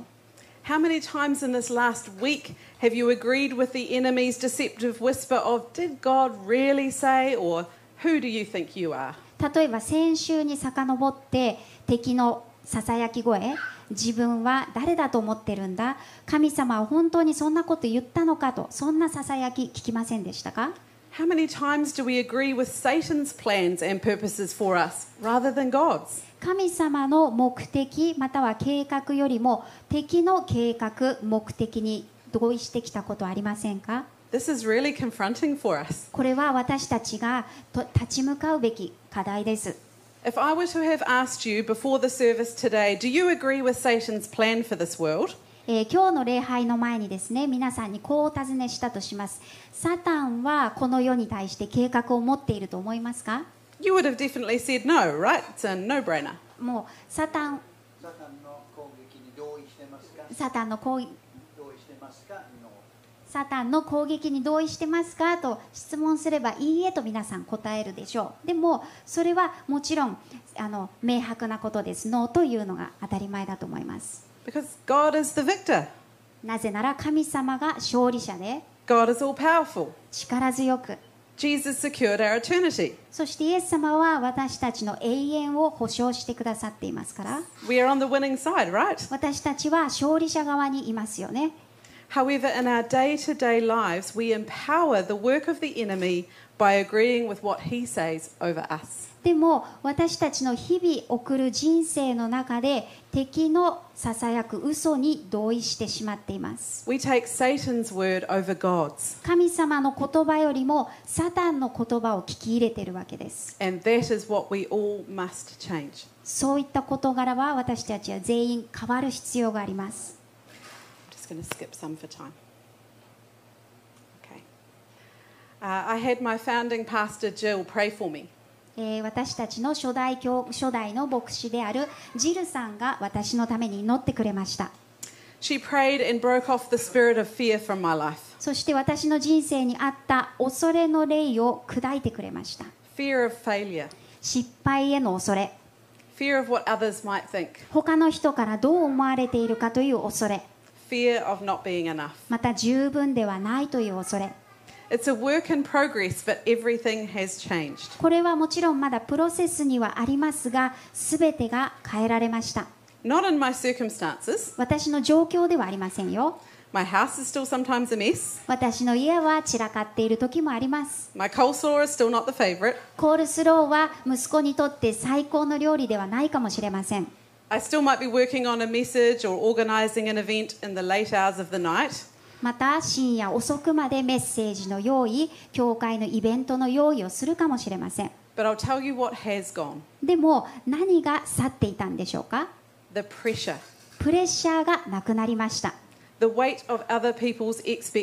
[SPEAKER 1] How many times in this last week have you agreed with the enemy's deceptive whisper of, Did God really say? or Who do you think you are?
[SPEAKER 2] 例えば先週に遡って敵のささやき声自分は誰だと思ってるんだ神様は本当にそんなこと言ったのかとそんなささやき聞きませんでしたか
[SPEAKER 1] How many times do we agree with Satan's plans and purposes for us rather than God's?
[SPEAKER 2] 神様の目的または計画よりも敵の計画目的に同意してきたことありませんか
[SPEAKER 1] This is really confronting for us.
[SPEAKER 2] これは私たちがと立ち向かうべき課題です
[SPEAKER 1] If I were to have asked you before the service today, do you agree with Satan's plan for this world?
[SPEAKER 2] えー今日の礼拝の前にですね皆さんにこうお尋ねしたとしますサタンはこの世に対して計画を持っていると思いますか
[SPEAKER 1] You would have definitely said no, right? It's a no brainer.
[SPEAKER 2] もうサタン
[SPEAKER 3] サタンの攻撃に同意してますか
[SPEAKER 2] サタンの攻撃
[SPEAKER 3] 同意してますか ?No。
[SPEAKER 2] サタンの攻撃に同意してますかと質問すればいいえと皆さん答えるでしょうでもそれはもちろんあの明白なことですノーというのが当たり前だと思います
[SPEAKER 1] Because God is the victor,
[SPEAKER 2] なぜなら神様が勝利者で
[SPEAKER 1] God is all powerful.
[SPEAKER 2] 力強く
[SPEAKER 1] Jesus secured our eternity.
[SPEAKER 2] そしてイエス様は私たちの永遠を保証してくださっていますから
[SPEAKER 1] We are on the winning side, right?
[SPEAKER 2] 私たちは勝利者側にいますよね
[SPEAKER 1] However, in our day to day lives, we empower the work of the enemy by agreeing with what he says over us.
[SPEAKER 2] でも私たちの日々送る人生の中で敵のささやく嘘に同意してしまっています
[SPEAKER 1] We take Satan's word over God's,
[SPEAKER 2] 神様の言葉よりもサタンの言葉を聞き入れているわけです
[SPEAKER 1] and that is what we all must change.
[SPEAKER 2] そういった事柄は私たちは全員変わる必要があります
[SPEAKER 1] I'm just going to skip some for time. Okay. Uh, I had my founding pastor, Jill, pray for me.
[SPEAKER 2] えー私たちの初代教初代の牧師であるジルさんが私のために祈ってくれました
[SPEAKER 1] She prayed and broke off the spirit of fear from my life
[SPEAKER 2] そして私の人生にあった恐れの霊を砕いてくれました
[SPEAKER 1] fear of failure,
[SPEAKER 2] 失敗への恐れ
[SPEAKER 1] fear of what others might think,
[SPEAKER 2] 他の人からどう思われているかという恐れ
[SPEAKER 1] fear of not being enough.
[SPEAKER 2] また十分ではないという恐れ
[SPEAKER 1] It's a work in progress, but everything has changed.
[SPEAKER 2] これはもちろんまだプロセスにはありますが全てが変えられました
[SPEAKER 1] Not in my circumstances.
[SPEAKER 2] 私の状況ではありませんよ
[SPEAKER 1] My house is still sometimes a mess.
[SPEAKER 2] 私の家は散らかっている時もあります
[SPEAKER 1] My coleslaw is still not the favourite.
[SPEAKER 2] コールスローは息子にとって最高の料理ではないかもしれません
[SPEAKER 1] I still might be working on a message or organising an event in the late hours of the night.
[SPEAKER 2] また深夜遅くまでメッセージの用意教会のイベントの用意をするかもしれません
[SPEAKER 1] But I'll tell you what has gone
[SPEAKER 2] でも何が去っていたんでしょうか
[SPEAKER 1] the pressure,
[SPEAKER 2] プレッシャーがなくなりました
[SPEAKER 1] the weight of other people's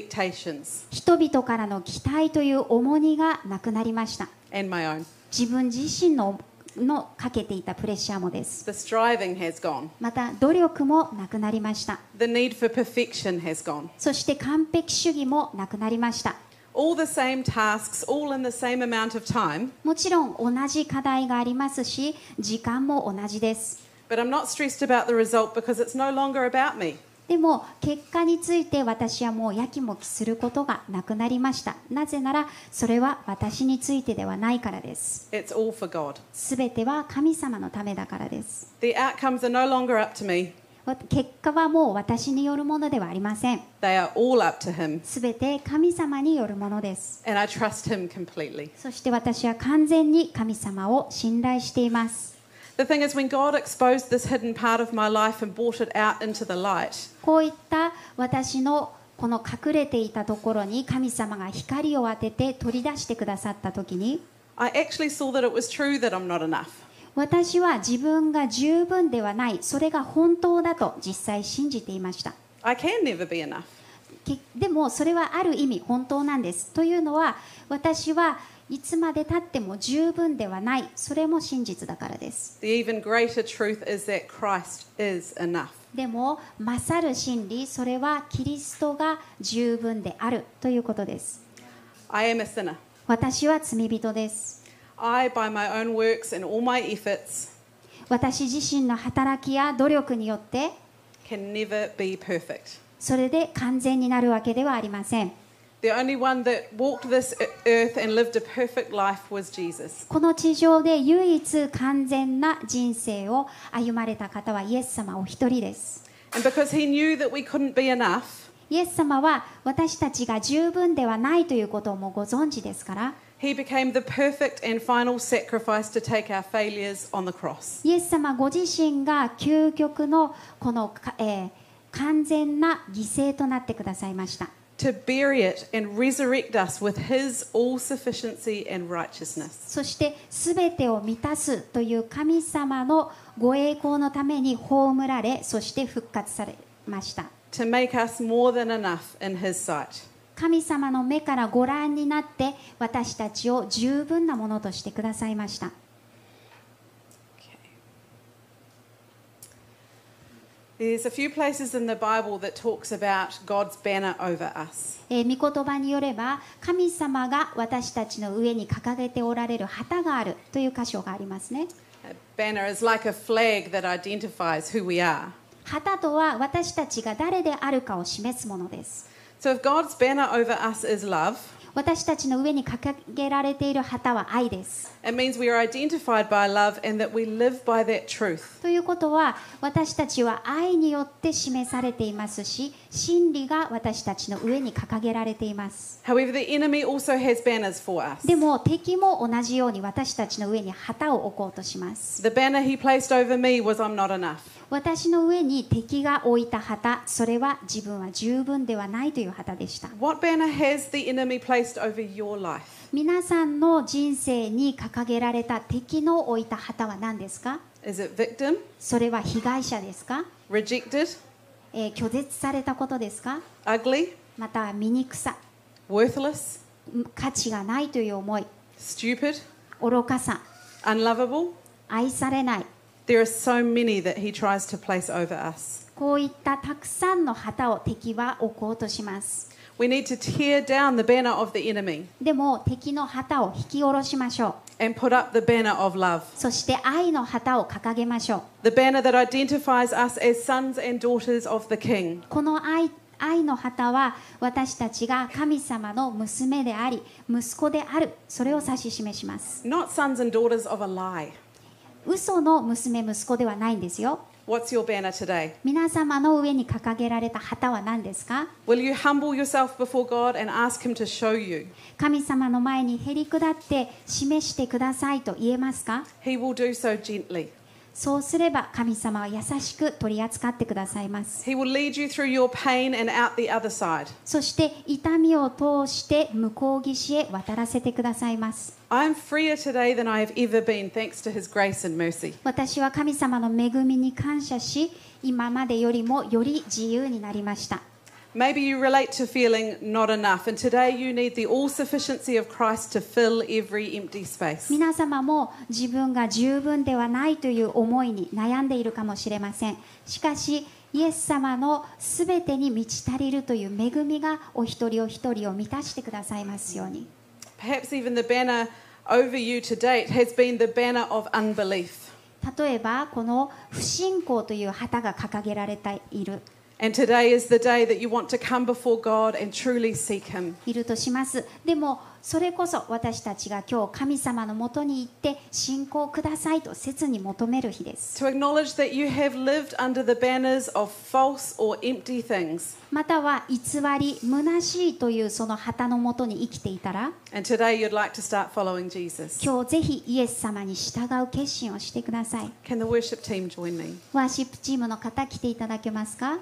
[SPEAKER 1] expectations,
[SPEAKER 2] 人々からの期待という重荷がなくなりました
[SPEAKER 1] and my own.
[SPEAKER 2] 自分自身ののかけていたプレッシャーもです
[SPEAKER 1] The striving has gone.
[SPEAKER 2] また努力もなくなりました
[SPEAKER 1] The need for perfection has gone.
[SPEAKER 2] そして完璧主義もなくなりました
[SPEAKER 1] All the same tasks, all in the same amount of time,
[SPEAKER 2] もちろん同じ課題がありますし時間も同じです
[SPEAKER 1] But I'm not stressed about the result because it's no longer about me.
[SPEAKER 2] でも結果について私はもうやきもきすることがなくなりましたなぜならそれは私についてではないからです
[SPEAKER 1] It's all for God.
[SPEAKER 2] すべては神様のためだからです
[SPEAKER 1] The outcomes are no longer up to me,
[SPEAKER 2] わ結果はもう私によるものではありません
[SPEAKER 1] they are all up to Him.
[SPEAKER 2] すべて神様によるものです
[SPEAKER 1] And I trust Him completely.
[SPEAKER 2] そして私は完全に神様を信頼しています
[SPEAKER 1] The thing is, when God exposed this hidden part of my life and brought it out into the light,
[SPEAKER 2] こういった私のこの隠れていたところに神様が光を当てて取り出してくださった時に
[SPEAKER 1] I actually saw that it was true that I'm not enough.
[SPEAKER 2] 私は自分が十分ではないそれが本当だと実際信じていました
[SPEAKER 1] I can never be enough.
[SPEAKER 2] けでもそれはある意味本当なんですというのは私はいつまでたっても十分ではないそれも真実だからです
[SPEAKER 1] The even greater truth is that Christ is enough.
[SPEAKER 2] でも勝る真理それはキリストが十分であるということです
[SPEAKER 1] I am a sinner.
[SPEAKER 2] 私は罪人です
[SPEAKER 1] I, by my own works and all my efforts,
[SPEAKER 2] 私自身の働きや努力によって
[SPEAKER 1] can never be perfect.
[SPEAKER 2] それで完全になるわけではありません
[SPEAKER 1] The only one that walked this e- earth and lived a perfect life was Jesus.
[SPEAKER 2] この地上で唯一完全な人生を歩まれた方はイエス様お一人です。
[SPEAKER 1] And because he knew that we couldn't be enough,
[SPEAKER 2] イエス様は私たちが十分ではないということをもご存知ですから、
[SPEAKER 1] he became the perfect and final sacrifice to take our failures on the cross.
[SPEAKER 2] イエス様ご自身が究極のこの、かえー完全な犠牲となってくださいました。
[SPEAKER 1] to bury it and resurrect us with his all sufficiency and righteousness.
[SPEAKER 2] そして全てを満たすという神様のご栄光のために葬られ、そして復活されました。
[SPEAKER 1] To make us more than enough in his sight.
[SPEAKER 2] 神様の目からご覧になって私たちを十分なものとしてくださいました
[SPEAKER 1] Okay. There's a few places in the Bible that talks about God's banner over us.
[SPEAKER 2] えー御言葉によれば神様が私たちの上に掲げておられる旗があるという箇所がありますね
[SPEAKER 1] A banner is like a flag that identifies who we are.
[SPEAKER 2] 旗とは私たちが誰であるかを示すものです
[SPEAKER 1] So if God's banner over us is love,
[SPEAKER 2] 私たちの上に掲げられている旗は愛です
[SPEAKER 1] it means we are identified by love and that we live by that truth.
[SPEAKER 2] ということは私たちは愛によって示されていますし真理が私たちの上に掲げられています
[SPEAKER 1] However, the enemy also has banners for us.
[SPEAKER 2] でも敵も同じように私たちの上に旗を置こうとします。
[SPEAKER 1] The banner he placed over me was I'm not enough.
[SPEAKER 2] 私の上に敵が置いた旗、それは自分は十分ではないという旗でした。
[SPEAKER 1] What banner has the enemy placed over your life?
[SPEAKER 2] 皆さんの人生に掲げられた敵の置いた旗は何ですか
[SPEAKER 1] Is it victim,
[SPEAKER 2] それは被害者ですか、
[SPEAKER 1] rejected,
[SPEAKER 2] えー拒絶されたことですか
[SPEAKER 1] ugly,
[SPEAKER 2] または醜さ、
[SPEAKER 1] worthless,
[SPEAKER 2] 価値がないという思い、
[SPEAKER 1] stupid,
[SPEAKER 2] 愚かさ、
[SPEAKER 1] unlovable?
[SPEAKER 2] 愛されない、
[SPEAKER 1] There are so many that he tries to place over us.
[SPEAKER 2] こういったたくさんの旗を敵は置こうとします。
[SPEAKER 1] We need to tear down the banner of the enemy
[SPEAKER 2] でも敵の旗を引き下ろしましょう。
[SPEAKER 1] and put up the banner of love,
[SPEAKER 2] そして愛の旗を掲げましょう。
[SPEAKER 1] the banner that identifies us as sons and daughters of the King.
[SPEAKER 2] この愛愛の旗は私たちが神様の娘であり息子であるそれを指し示します
[SPEAKER 1] Not sons and daughters of a lie.
[SPEAKER 2] 嘘の娘息子ではないんですよ
[SPEAKER 1] What's your banner today?
[SPEAKER 2] 皆様の上に掲げられた旗は何ですか
[SPEAKER 1] Will you humble yourself before God and ask Him to show you?
[SPEAKER 2] 神様の前にへり下って示してくださいと言えますか
[SPEAKER 1] He will do so gently.
[SPEAKER 2] そうすれば神様は優しく取り扱ってくださいます
[SPEAKER 1] He will lead you through your pain and out the other side.
[SPEAKER 2] そして痛みを通して向こう岸へ渡らせてくださいます
[SPEAKER 1] I am freer today than I have ever been, thanks to His grace and mercy.
[SPEAKER 2] 私は神様の恵みに感謝し今までよりもより自由になりました
[SPEAKER 1] Maybe you relate to feeling not enough, and today you need the all sufficiency of Christ to fill every empty space.
[SPEAKER 2] 皆様も自分が十分ではないという思いに悩んでいるかもしれませんしかしイエス様のすべてに満ち足りるという恵みがお一人お一人を満たしてくださいますように
[SPEAKER 1] Perhaps even the banner over you to date has been the banner of unbelief.
[SPEAKER 2] 例えばこの不信仰という旗が掲げられている
[SPEAKER 1] And today is the day that you want to come before God and truly seek Him.
[SPEAKER 2] いるとしますでもそれこそ私たちが今日神様のもとに行って信仰をくださいと切に求める日です
[SPEAKER 1] To acknowledge that you have lived under the banners of false or empty things.
[SPEAKER 2] または偽り虚しいというその旗のもとに生きていたら
[SPEAKER 1] And today you'd like to start following Jesus.
[SPEAKER 2] 今日ぜひイエス様に従う決心をしてください
[SPEAKER 1] Can the worship team join me?
[SPEAKER 2] ワーシップチームの方来ていただけますか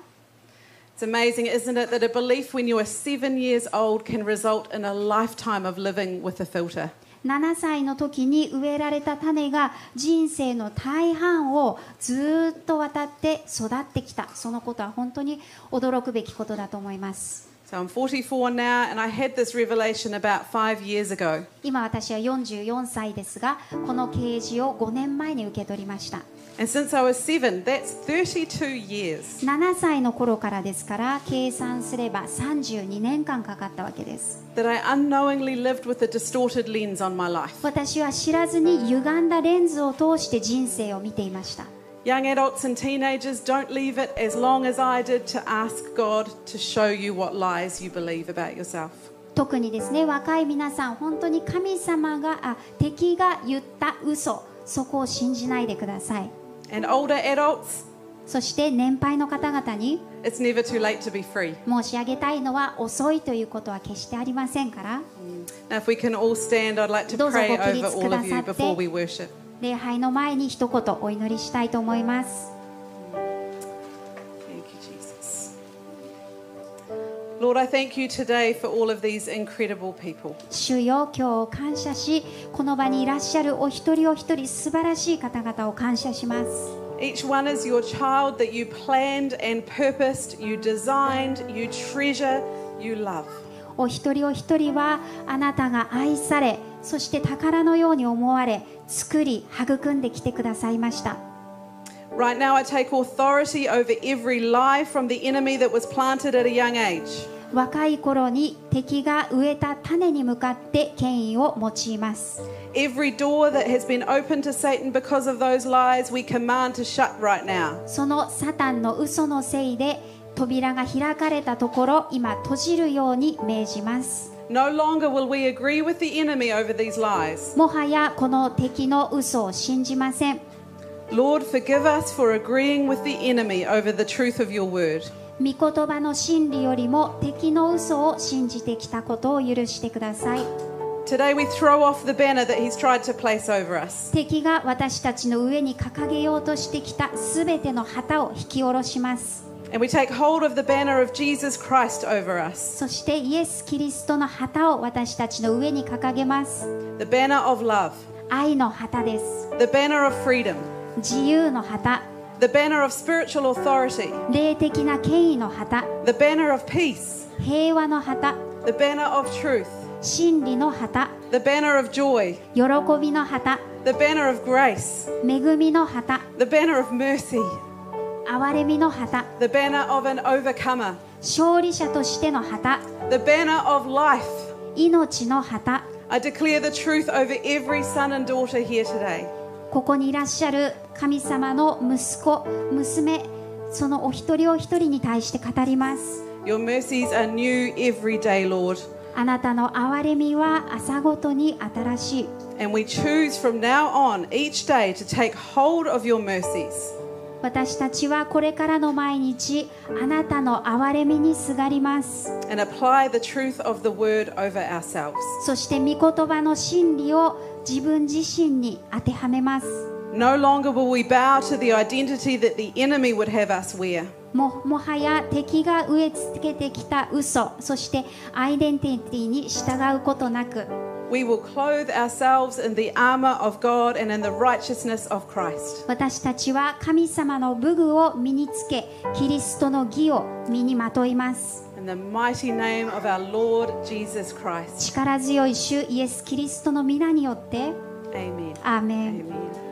[SPEAKER 1] It's amazing, isn't it, that a belief when you are seven years old can result in a lifetime of living with a filter.
[SPEAKER 2] 7歳の時に植えられた種が人生の大半をずっと渡って育ってきたそのことは本当に驚くべきことだと思います
[SPEAKER 1] So I'm 44 now, and I had this revelation about five years ago.
[SPEAKER 2] 今私は44歳ですがこの啓示を5年前に受け取りました
[SPEAKER 1] And since I was seven, that's 32 years.
[SPEAKER 2] 7歳の頃からですから計算すれば32年間かかったわけです
[SPEAKER 1] that I unknowingly lived with a distorted lens on my life.
[SPEAKER 2] 私は知らずに歪んだレンズを通して人生を見ていました
[SPEAKER 1] Young adults and teenagers, don't leave it as long as I did to ask God to show you what lies you believe about yourself.
[SPEAKER 2] 特にですね若い皆さん本当に神様があ敵が言った嘘そこを信じないでください
[SPEAKER 1] And older adults,
[SPEAKER 2] そして年配の方々に
[SPEAKER 1] it's never too late to be free.
[SPEAKER 2] 申し上げたいのは遅いということは決してありませんから
[SPEAKER 1] Now, if we can all stand, I'd like to
[SPEAKER 2] Those
[SPEAKER 1] pray
[SPEAKER 2] are
[SPEAKER 1] over
[SPEAKER 2] God's
[SPEAKER 1] all of you
[SPEAKER 2] kudasate.
[SPEAKER 1] before we worship.
[SPEAKER 2] 礼拝の前に一言お祈りしたいと思います。
[SPEAKER 1] Thank you, Jesus. Lord, I thank you today for all of these incredible people.
[SPEAKER 2] 主よ今日を感謝しこの場にいらっしゃるお一人お一人素晴らしい方々を感謝します
[SPEAKER 1] Each one is your child that you planned and purposed, you designed, you treasure, you love.
[SPEAKER 2] お一人お一人はあなたが愛されそして宝のように思われ作り育んできてくださいました
[SPEAKER 1] Right now, I take authority over every lie from the enemy that was planted at a young age.
[SPEAKER 2] 若い頃に敵が植えた種に向かって権威を用います
[SPEAKER 1] Every door that has been opened to Satan because of those lies, we command to shut right now.
[SPEAKER 2] そのサタンの嘘のせいで扉が開かれたところ今閉じるように命じます
[SPEAKER 1] No longer will we agree with the enemy over these lies.
[SPEAKER 2] もはやこの敵の嘘を信じません
[SPEAKER 1] Lord, forgive us for agreeing with the enemy over the truth of your word.
[SPEAKER 2] 御言葉の真理よりも敵の嘘を信じてきたことを許してください
[SPEAKER 1] Today, we throw off the banner that he's tried to place over us.
[SPEAKER 2] 敵が私たちの上に掲げようとしてきたすべての旗を引き下ろします
[SPEAKER 1] And we take hold of the banner of Jesus Christ over us,
[SPEAKER 2] そしてイエス・キリストの旗を私たちの上に掲げます
[SPEAKER 1] the banner of love,
[SPEAKER 2] 愛の旗です
[SPEAKER 1] the banner of freedom,
[SPEAKER 2] 自由の旗
[SPEAKER 1] the banner of spiritual authority,
[SPEAKER 2] 霊的な権威の旗
[SPEAKER 1] the banner of peace,
[SPEAKER 2] 平和の旗
[SPEAKER 1] the banner of truth,
[SPEAKER 2] 真理の旗
[SPEAKER 1] the banner of joy,
[SPEAKER 2] 喜びの旗
[SPEAKER 1] the banner of grace,
[SPEAKER 2] 恵みの旗
[SPEAKER 1] the banner of mercy,
[SPEAKER 2] 憐れみの旗
[SPEAKER 1] the banner of an overcomer,
[SPEAKER 2] 勝利者としての旗
[SPEAKER 1] the banner of life.
[SPEAKER 2] 命の旗
[SPEAKER 1] I declare the truth over every son and daughter here today.
[SPEAKER 2] ここにいらっしゃる神様の息子娘そのお一人お一人に対して語ります
[SPEAKER 1] Your mercies are new every day, Lord,
[SPEAKER 2] あなたの憐れみは朝ごとに新しい
[SPEAKER 1] and we choose from now on each day to take hold of your mercies.
[SPEAKER 2] 私たちはこれからの毎日あなたの憐れみにすがります
[SPEAKER 1] and apply the truth of the word over ourselves.
[SPEAKER 2] そして御言葉の真理を自分自身に当てはめます
[SPEAKER 1] No longer will we bow to the identity that the enemy would have us wear.
[SPEAKER 2] ももはや敵が植え付けてきた嘘そしてアイデンティティに従うことなく
[SPEAKER 1] We will clothe ourselves in the armor of God and in the righteousness of Christ.
[SPEAKER 2] 私たちは神様の武具を身につけキリストの義を身にまといます
[SPEAKER 1] In the mighty name of our Lord Jesus Christ.
[SPEAKER 2] 力強い主イエス・キリストの皆によって
[SPEAKER 1] Amen.
[SPEAKER 2] アーメン
[SPEAKER 1] Amen.